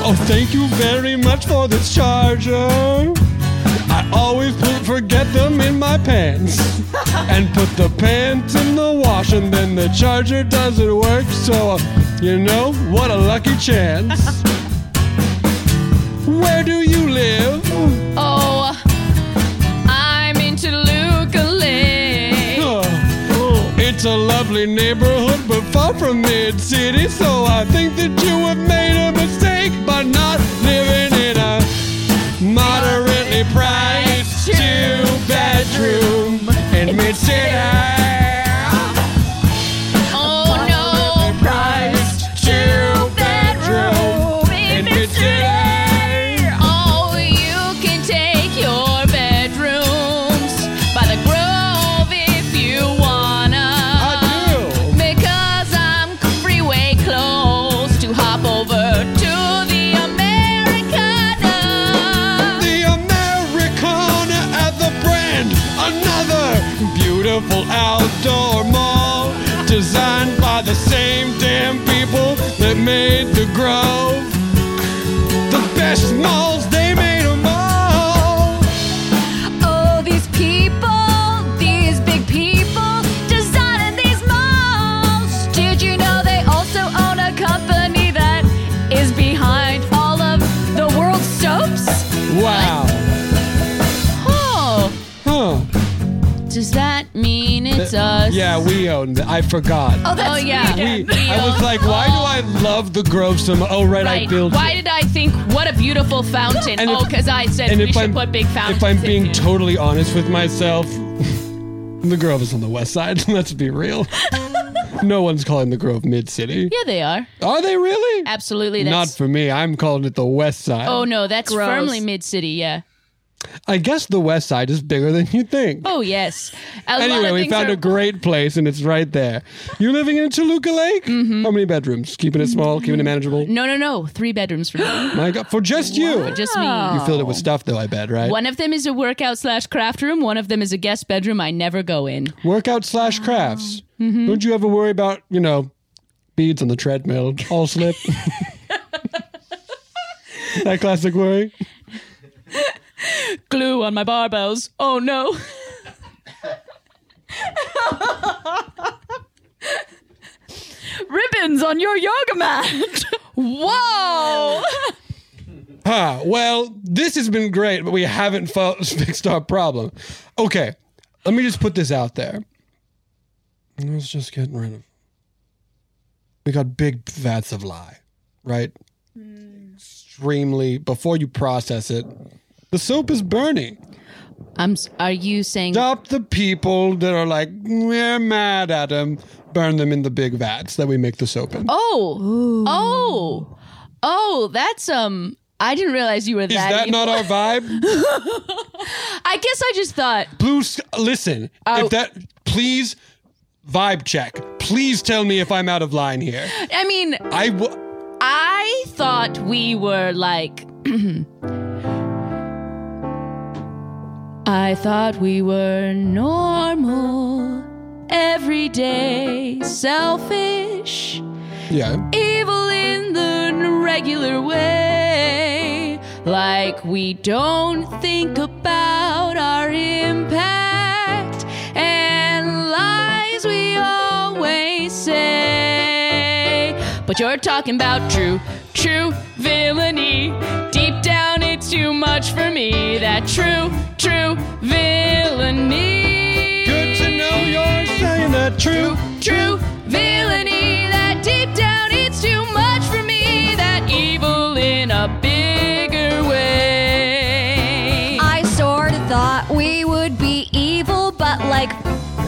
Oh, thank you very much for this charger. I always put, forget them in my pants and put the pants in the wash, and then the charger doesn't work. So, uh, you know, what a lucky chance. Where do you live? Oh, I'm in Toluca. Uh, It's a lovely neighborhood, but far from mid city. So I think that you have made a mistake by not living in a moderately priced two bedroom in mid city. Oh no. Priced two bedroom in mid city. Oh, you can take your bedrooms by the Grove if you wanna. I do. Because I'm freeway close to hop over to the Americana. The Americana at the brand, another beautiful outdoor mall designed by the same damn people that made the Grove. The best malls, they made 'em all. Oh, these people, these big people, designing these malls. Did you know they also own a company that is behind all of the world's soaps? Wow. Oh, Huh. does that mean it's us? Yeah, we own. th- I forgot. Oh, that's yeah. We, I was like, why do I love the Grove so much? Oh, right, I Right. built Why it. did I think what a beautiful fountain? And oh, if- because I said we should put big fountains. If I'm being in. totally honest with myself, the Grove is on the west side. Let's be real. no one's calling the Grove Mid City. yeah, they are Are they really? absolutely. Not That's, for me. I'm calling it the west side. oh no, that's Gross. firmly mid city. Yeah. I guess the west side is bigger than you think. Oh yes. A lot Anyway, of we things found are- a great place and it's right there. You're living in Toluca Lake? How many bedrooms? Keeping it small, keeping it manageable? Mm-hmm. No, no, no. Three bedrooms for me. My God, for just you. Just me. You filled it with stuff though, I bet, right? One of them is a workout slash craft room. One of them is a guest bedroom I never go in. Workout slash crafts. Don't you ever worry about, you know, beads on the treadmill, all slip? that classic worry. Glue on my barbells. Oh no. Ribbons on your yoga mat. Whoa. Ah, well, this has been great, but we haven't fo- fixed our problem. Okay, let me just put this out there. I was just getting rid of. We got big vats of lie, right? Extremely. Before you process it, the soap is burning. I'm. s- Are you saying? Stop the people that are like we're mad at them. Burn them in the big vats that we make the soap in. Oh. Oh. Oh. That's um. I didn't realize you were is that that evil. not our vibe? I guess I just thought Blue, Sk- listen. Oh. If that, please, vibe check. Please tell me if I'm out of line here. I mean, I w- I thought we were like. I thought we were normal, everyday, selfish, Yeah. evil in the regular way. Like we don't think about our impact and lies we always say. But you're talking about true, true villainy. Deep down, it's too much for me. That true, true villainy. Good to know you're saying the truth. True villainy that deep down it's too much for me. That evil in a bigger way. I sort of thought we would be evil, but like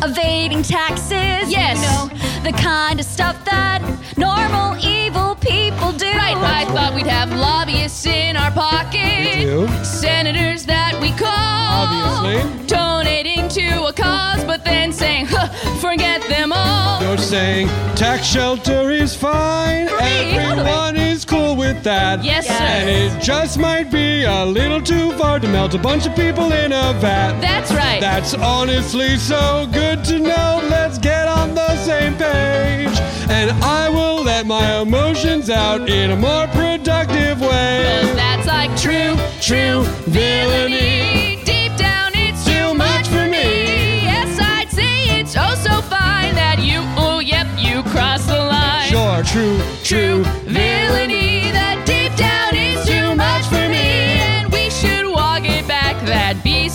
evading taxes. Yes. You know, the kind of stuff that normal evil people do. Right, I thought we'd have lobbyists in our pocket. We do. Senators that we call. Obviously. Donating to a cause, but then saying, huh, forget them all. You're saying tax shelter is fine. Free, Everyone is cool with that. Yes, Yes. sir. And it just might be a little too far to melt a bunch of people in a vat. That's right. That's honestly so good to know. Let's get on the same page. And I will let my emotions out in a more productive way. Cause that's like true, true villainy. Deep down, it's too much for me. Yes, I'd say it's oh so fine that you, oh, yep, you cross the line. Your true, True villainy that deep down is too much for me. And we should walk it back, that'd be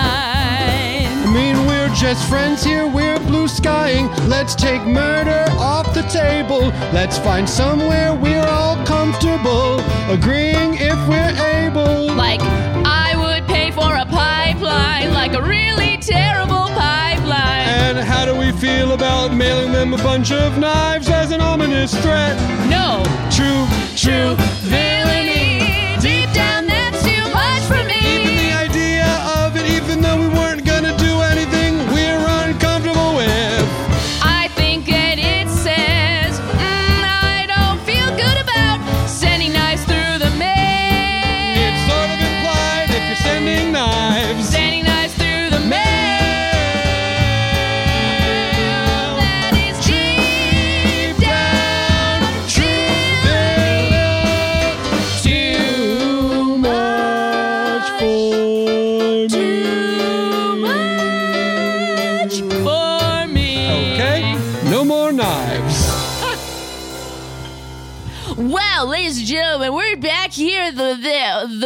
sublime. I mean, we're just friends here, we're blue skying. Let's take murder off the table. Let's find somewhere we're all comfortable, agreeing if we're able. Like, I would pay for a pipeline, like a really terrible pipeline. And how do we feel about mailing them a bunch of knives as an ominous threat? No. True, true villainy. Deep down, that's too much for Even the me. idea of it, even though we weren't gonna do anything, we're uncomfortable with. I think that it says, mm, I don't feel good about sending knives through the It's mail. sort of implied if you're sending knives. Sending knives through the mail. That is deep down, true villainy. Too much For too much for me. Okay, no more knives. Well, ladies and gentlemen, we're back here. The the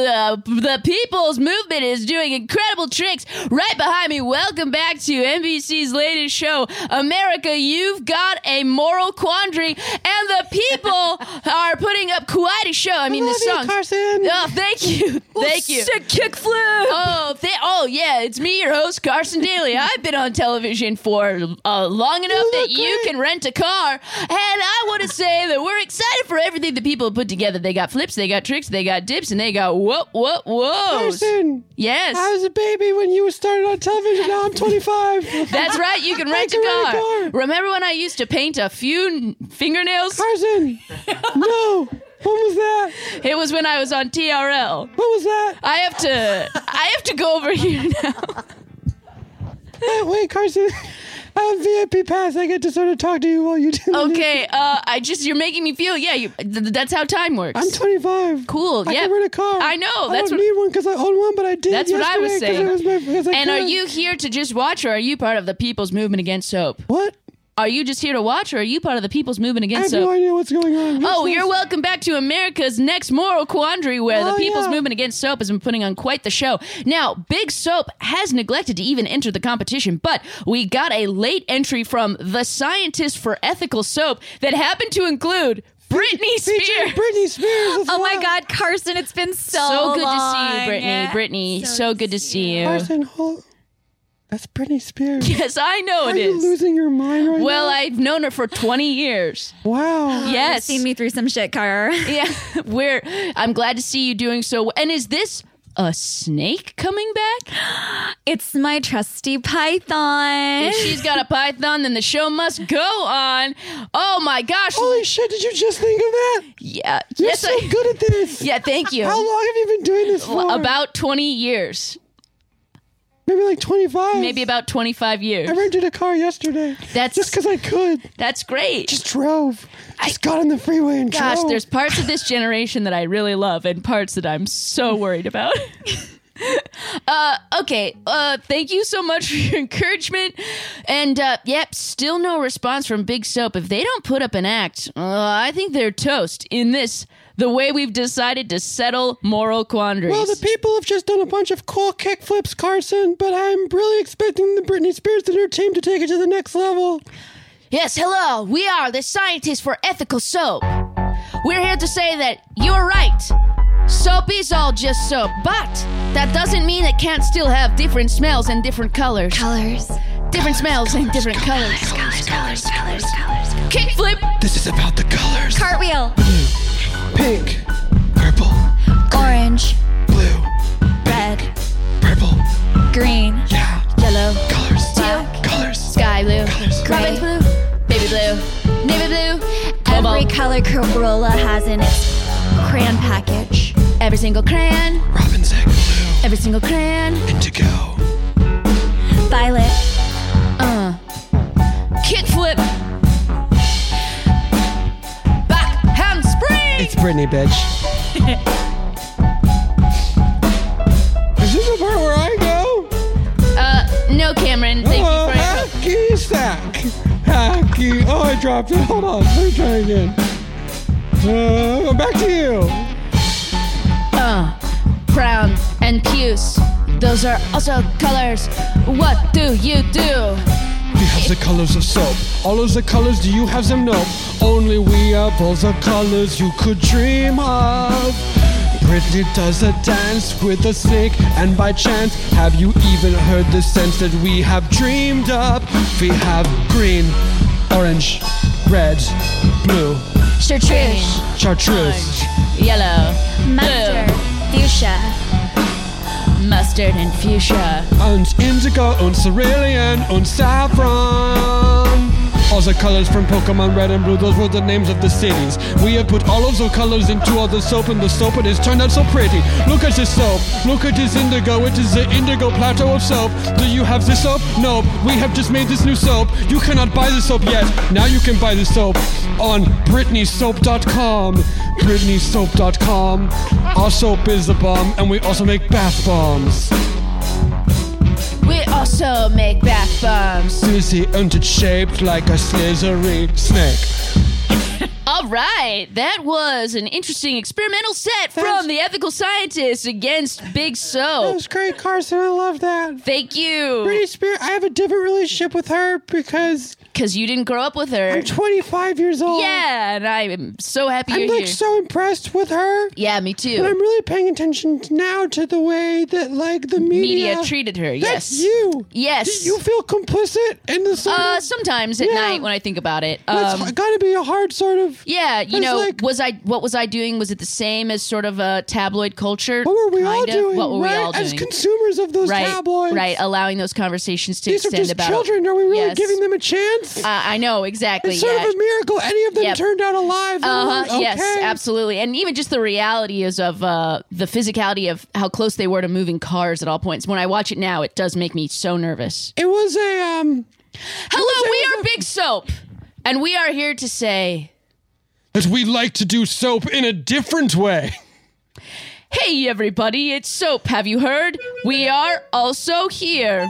the, the People's Movement is doing incredible tricks right behind me. Welcome back to NBC's latest show, America. You've got a moral quandary, and the people are putting up quite a show. I mean, the song. Carson. Oh, thank you, thank you. Sick kickflip. Oh, th- oh yeah, it's me, your host Carson Daly. I've been on television for uh, long enough that you can rent a car, and I want to say that we're excited for everything the people put together. They got flips, they got tricks, they got dips, and they got whoa, whoa, whoa. Carson, Yes, I was a baby when you started on television. Now I'm 25. that's right. You can rent a can rent a car. car. Remember when I used to paint a few n- fingernails? Carson, no. When was that? It was when I was on TRL. What was that? I have to, I have to go over here now. Uh, wait, Carson. I have VIP pass. I get to sort of talk to you while you do. the news. Okay, uh, I just you're making me feel. Yeah, you, th- th- that's how time works. I'm 25. Cool, I yeah. can rent a car. I know, I that's don't what- need one because I own one, but I did. That's what I was yesterday 'cause saying. it was my- 'cause I And are could. you here to just watch, or are you part of the people's movement against soap? What? Are you just here to watch, or are you part of the people's movement I have against no soap? idea what's going on. Oh, Useless. you're welcome back to America's Next Moral Quandary, where the Oh, People's yeah. Movement Against Soap has been putting on quite the show. Now, Big Soap has neglected to even enter the competition, but we got a late entry from the scientist for ethical soap that happened to include Britney Featuring Spears. Britney Spears. that's Oh my wild. God, Carson, it's been so, So good to see you, long. Brittany. Brittany, so, good to see you. Carson, hold. That's Britney Spears. Yes, I know it Are you is. losing your mind right Well, now? I've known her for 20 years. wow. Yes. Seen me through some shit, Car. Yeah. We're I'm glad to see you doing so well. And is this a snake coming back? It's my trusty python. If she's got a python, then the show must go on. Oh my gosh. Holy shit! Did you just think of that? yeah. You're yes, so I, good at this. Yeah, thank you. How long have you been doing this for? About 20 years. Maybe like 25. Maybe about 25 years. I rented a car yesterday. That's- just because I could. That's great. Just drove. Just got on the freeway and Gosh, drove. there's parts of this generation that I really love and parts that I'm so worried about. uh, okay, uh, thank you so much for your encouragement. And uh, yep, still no response from Big Soap. If they don't put up an act, uh, I think they're toast in this, the way we've decided to settle moral quandaries. Well, the people have just done a bunch of cool kick flips, Carson, but I'm really expecting the Britney Spears and her team to take it to the next level. Yes, hello. We are the scientists for ethical soap. We're here to say that you're right. Soap is all just soap, but that doesn't mean it can't still have different smells and different colors. Colors. different smells and different colors. Colors, colors, colors, colors. Kickflip. This is about the colors Cartwheel. pink, purple, Orange. blue, Red. purple, Green. yeah, Yellow. colors, Black. colors, Sky blue. Robin's Gray. blue. Baby blue. Navy blue. Every Cobalt. color Corolla has in its crayon package. Every single crayon. robin's egg blue, Every single crayon. indigo, Violet. Uh. Kickflip. Back hamstring. Britney, bitch. is this the part where I go? Uh, no, Cameron. Thank oh, you for your hacky sack. Hacky. Oh, I dropped it. Hold on. Let me try again. Uh, back to you. Uh, brown and puce. Those are also colors. What do you do? We have the colors of soap. All of the colors, do you have them? No. Only we have all the colors you could dream of. Britney does a dance with a snake, and by chance, have you even heard the sense that we have dreamed up? We have green, orange, red, blue, Chartreuse. chartreuse, Yellow, Mustard. Fuchsia. mustard, and fuchsia. and indigo, and cerulean, and saffron. All the colors from Pokemon Red and Blue, those were the names of the cities. We have put all of the colors into all the soap, and the soap it has turned out so pretty. Look at this soap. Look at this indigo. It is the indigo plateau of soap. Do you have this soap? No. We have just made this new soap. You cannot buy the soap yet. Now you can buy the soap on BritneySoap.com. BritneySoap.com. Our soap is the bomb, and we also make bath bombs. We also make bath bombs. Susie and it's shaped like a slithery snake. All right, that was an interesting experimental set from the ethical scientists against Big That Soap. was great, Carson. I love that. Thank Britney you, Spears, I have a different relationship with her because because you didn't grow up with her. I'm 25 years old. Yeah, and I'm so happy I'm you're like here. so impressed with her. yeah, me too. And I'm really paying attention now to the way that like the media, media treated her. That's Yes. you. Yes. Do you feel complicit in the sort uh, of- sometimes at Yeah. night when I think about it. That's Um, got to be a hard sort of. yeah, you It's know, like- was I what was I doing? Was it the same as sort of a tabloid culture? What were we all Kind of. doing? What were right? we all As doing? consumers of those right, tabloids. right, allowing those conversations to These are extend just about children. Are we really Yes. giving them a chance? Uh, I know exactly. It's sort yeah. of a miracle any of them Yep. turned out alive. Uh-huh, Okay. Yes, absolutely, and even just the reality is of uh, the physicality of how close they were to moving cars at all points. When I watch it now, it does make me so nervous. It was a um. Hello, was we a- are Big Soap, and we are here to say, As we like to do soap in a different way. "Hey, everybody! It's Soap. Have you heard? We are also here.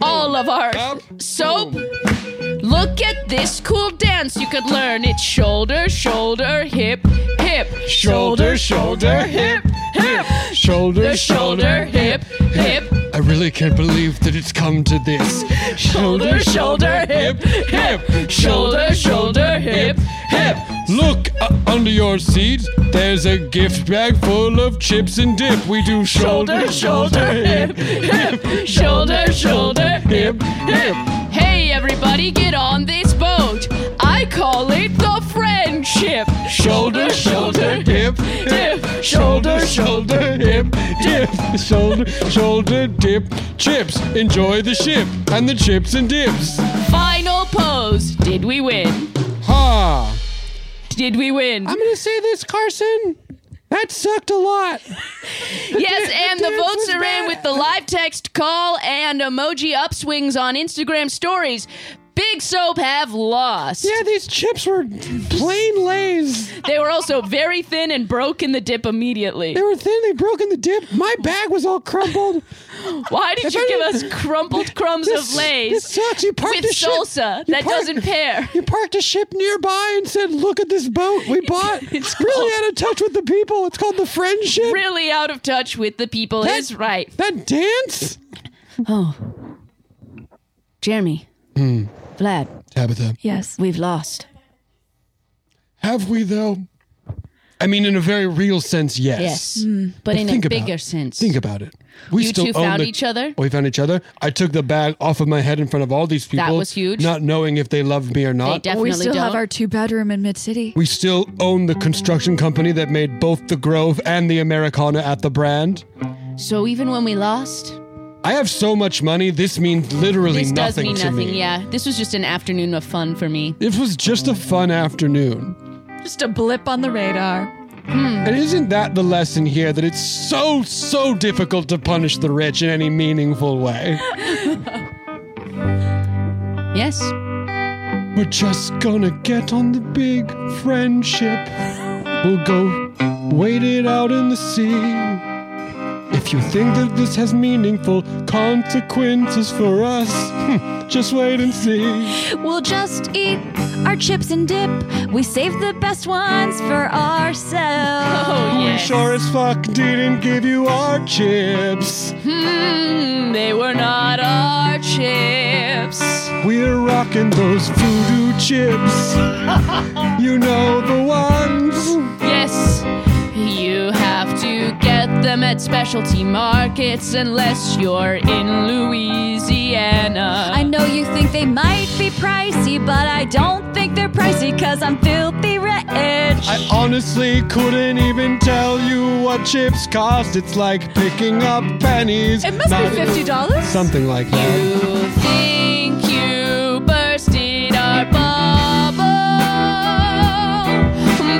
All of our Up, soap. Look at this cool dance you could learn. It's shoulder, shoulder, hip, hip, Shoulder, shoulder, hip, hip. Shoulder, The shoulder, hip, hip. I really can't believe that it's come to this. Shoulder, shoulder, hip, hip. Shoulder, shoulder, hip, hip. Look uh, under your seat. There's a gift bag full of chips and dip. We do shoulder, shoulder, hip, hip. Shoulder, shoulder, hip, hip. Hey, everybody, get on this boat. I call it the friendship. Shoulder, shoulder, dip, dip. Shoulder, shoulder, dip, dip. Shoulder, shoulder, dip, chips. Enjoy the ship and the chips and dips. Final pose. Did we win? Ha! Did we win? I'm gonna say this, Carson. That sucked a lot. Yes, and the dance votes was are in bad. with the live text call and emoji upswings on Instagram stories. Big Soap have lost. Yeah, these chips were plain lays. They were also very thin and broke in the dip immediately. They were thin. They broke in the dip. My bag was all crumpled. Why did If you I give us didn't- crumpled crumbs This- of Lay's This sucks. You parked with a ship. salsa You that parked- doesn't pair? You parked a ship nearby and said, "Look at this boat we bought." It's It's really called- out of touch with the people. It's called the friendship. Really out of touch with the people That- is right. That dance. Oh, Jeremy, Hmm. Vlad, Tabitha, Yes. we've lost. have we though? I mean, in a very real sense, yes. Yes, but But in a think about- bigger sense. Think about it. We You still two own found the- each other? We found each other. I took the bag off of my head in front of all these people. was huge. Not knowing if they loved me or they not. definitely we still don't. have our two bedroom in Mid City. we still own the construction company that made both the Grove and the Americana at the brand. so even when we lost, I have so much money. This means literally this does nothing mean to nothing. me. Yeah, this was just an afternoon of fun for me. It was just a fun afternoon. Just a blip on the radar. And isn't that the lesson here? That it's so, so difficult to punish the rich in any meaningful way. Yes, Oh, We're just gonna get on the big friendship. We'll go wait it out in the sea. If you think that this has meaningful consequences for us, hmm, just wait and see. We'll just eat our chips and dip. We save the best ones for ourselves. Oh, We yes. sure as fuck didn't give you our chips. Hmm, they were not our chips. We're rocking those voodoo chips. You know the ones. Yes, you have to get them at specialty markets unless you're in Louisiana. I know you think they might be pricey, but I don't think they're pricey because I'm filthy rich. I honestly couldn't even tell you what chips cost. It's like picking up pennies. It must Not- be fifty dollars. Something like that. You think you bursted our bubble,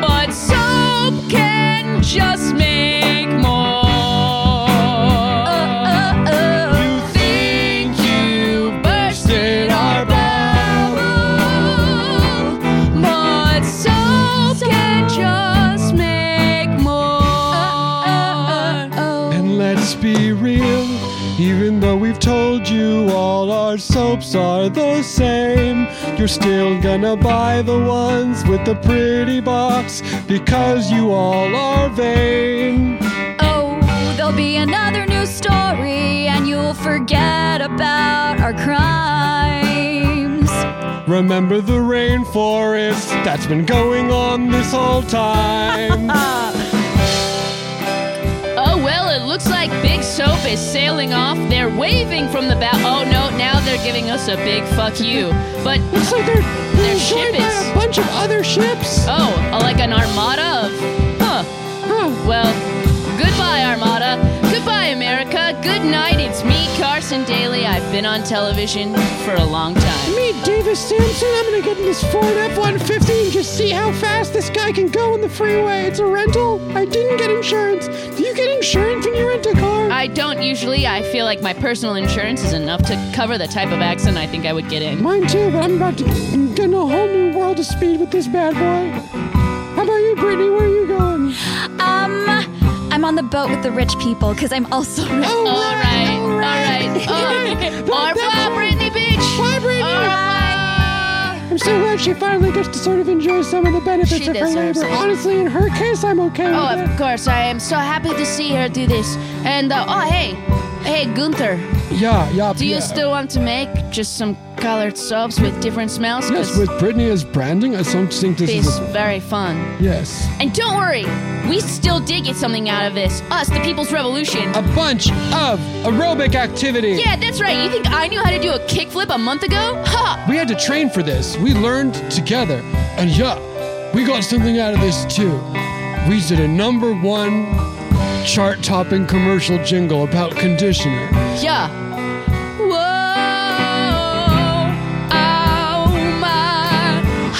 but soap can just make more. You think you bursted our bubble. But soap can just make more. And let's be real, even though we've told you all our soaps are the same, you're still gonna buy the ones with the pretty box because you all are vain. Oh, there'll be another new story, and you'll forget about our crimes. Remember the rainforest that's been going on this whole time. Oh well, it looks like Big Soap is sailing off. They're waving from the bow. Oh no, now they're giving us a big fuck you. But Looks like they're, Their they're joined ship by is- a bunch of other ships. oh, like an armada of. Huh. Hmm, Well, goodbye, Armada. Goodbye, America. Good night. It's me, Carson Daly. I've been on television for a long time. Me, Davis Sampson, I'm gonna get in this Ford F 150 and just see how fast this guy can go on the freeway. It's a rental. I didn't get insurance. Do you get insurance when you rent a car? I don't usually. I feel like my personal insurance is enough to cover the type of accident I think I would get in. Mine too, but I'm about to get in a whole new world of speed with this bad boy. How about you, Brittany? Where are you going? Um, I'm on the boat with the rich people because I'm also rich. All right, all right. Oh, au revoir, Brittany Beach. Bye, Brittany. Au revoir. I'm so glad she finally gets to sort of enjoy some of the benefits She of her deserves labor. it. Honestly, in her case, I'm okay Oh, with of course. I am so happy to see her do this. And uh, oh, hey, hey, Gunther, it. Yeah, yeah. do you still want to make just some colored soaps with different smells? 'Cause Brittany as branding, I don't think this this is very fun. yes. And don't worry, we still did get something out of this. Us, the People's Revolution. A bunch of aerobic activity. Yeah, that's right. You think I knew how to do a kickflip a month ago? Ha! We had to train for this. We learned together. And yeah, we got something out of this too. We did a number one chart topping commercial jingle about conditioner. Yeah. Whoa. Oh, my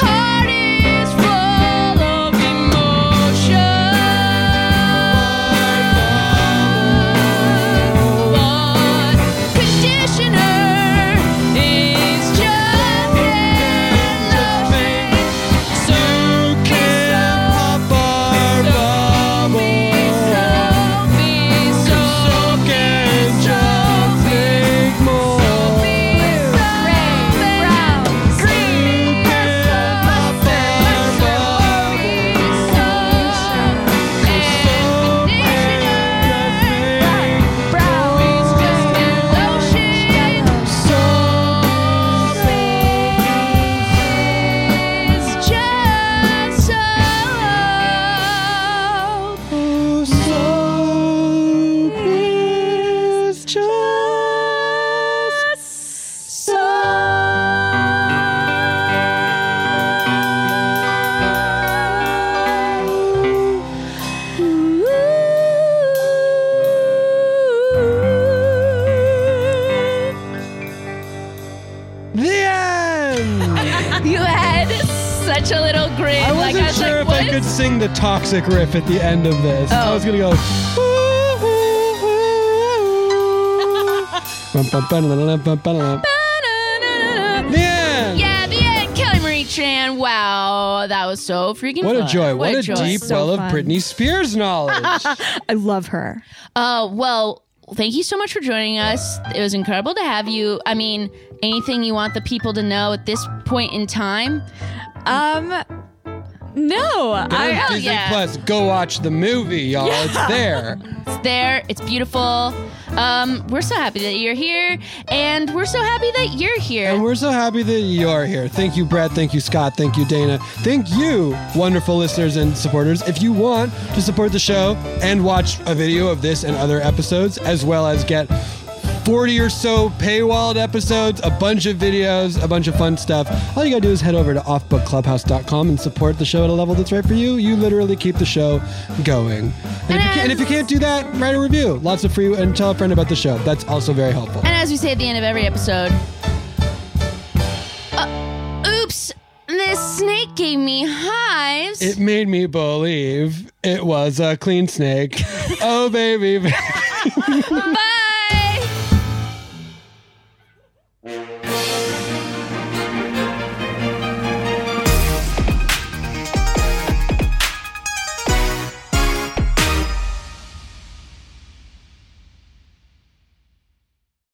heart is full of emotion. sing the toxic riff at the end of this. I was gonna go. Bum, bum, bum, la, la, la, bum, bum, la, la. The end. Yeah, the end. Kelly Marie Tran. Wow, that was so freaking. What a fun. joy! What, a, deep So well fun. of Britney Spears knowledge. I love her. Uh, well, thank you so much for joining us. It was incredible to have you. I mean, anything you want the people to know at this point in time? Um, no, There's I, Disney Oh, yeah. Plus. Go watch the movie, y'all. It's there. It's there. It's beautiful. Um, we're so happy that you're here, and we're so happy that you're here. And we're so happy that you are here. Thank you, Brett. Thank you, Scott. Thank you, Dana. Thank you, wonderful listeners and supporters. If you want to support the show and watch a video of this and other episodes, as well as get 40 or so paywalled episodes, a bunch of videos, a bunch of fun stuff, all you gotta do is head over to offbookclubhouse.com and support the show at a level that's right for you. You literally keep the show going. And, if, you can, and if you can't do that, write a review. Lots of free, and tell a friend about the show. That's also very helpful. And as we say at the end of every episode, uh, oops, this snake gave me hives. It made me believe it was a clean snake. oh, baby. Bye.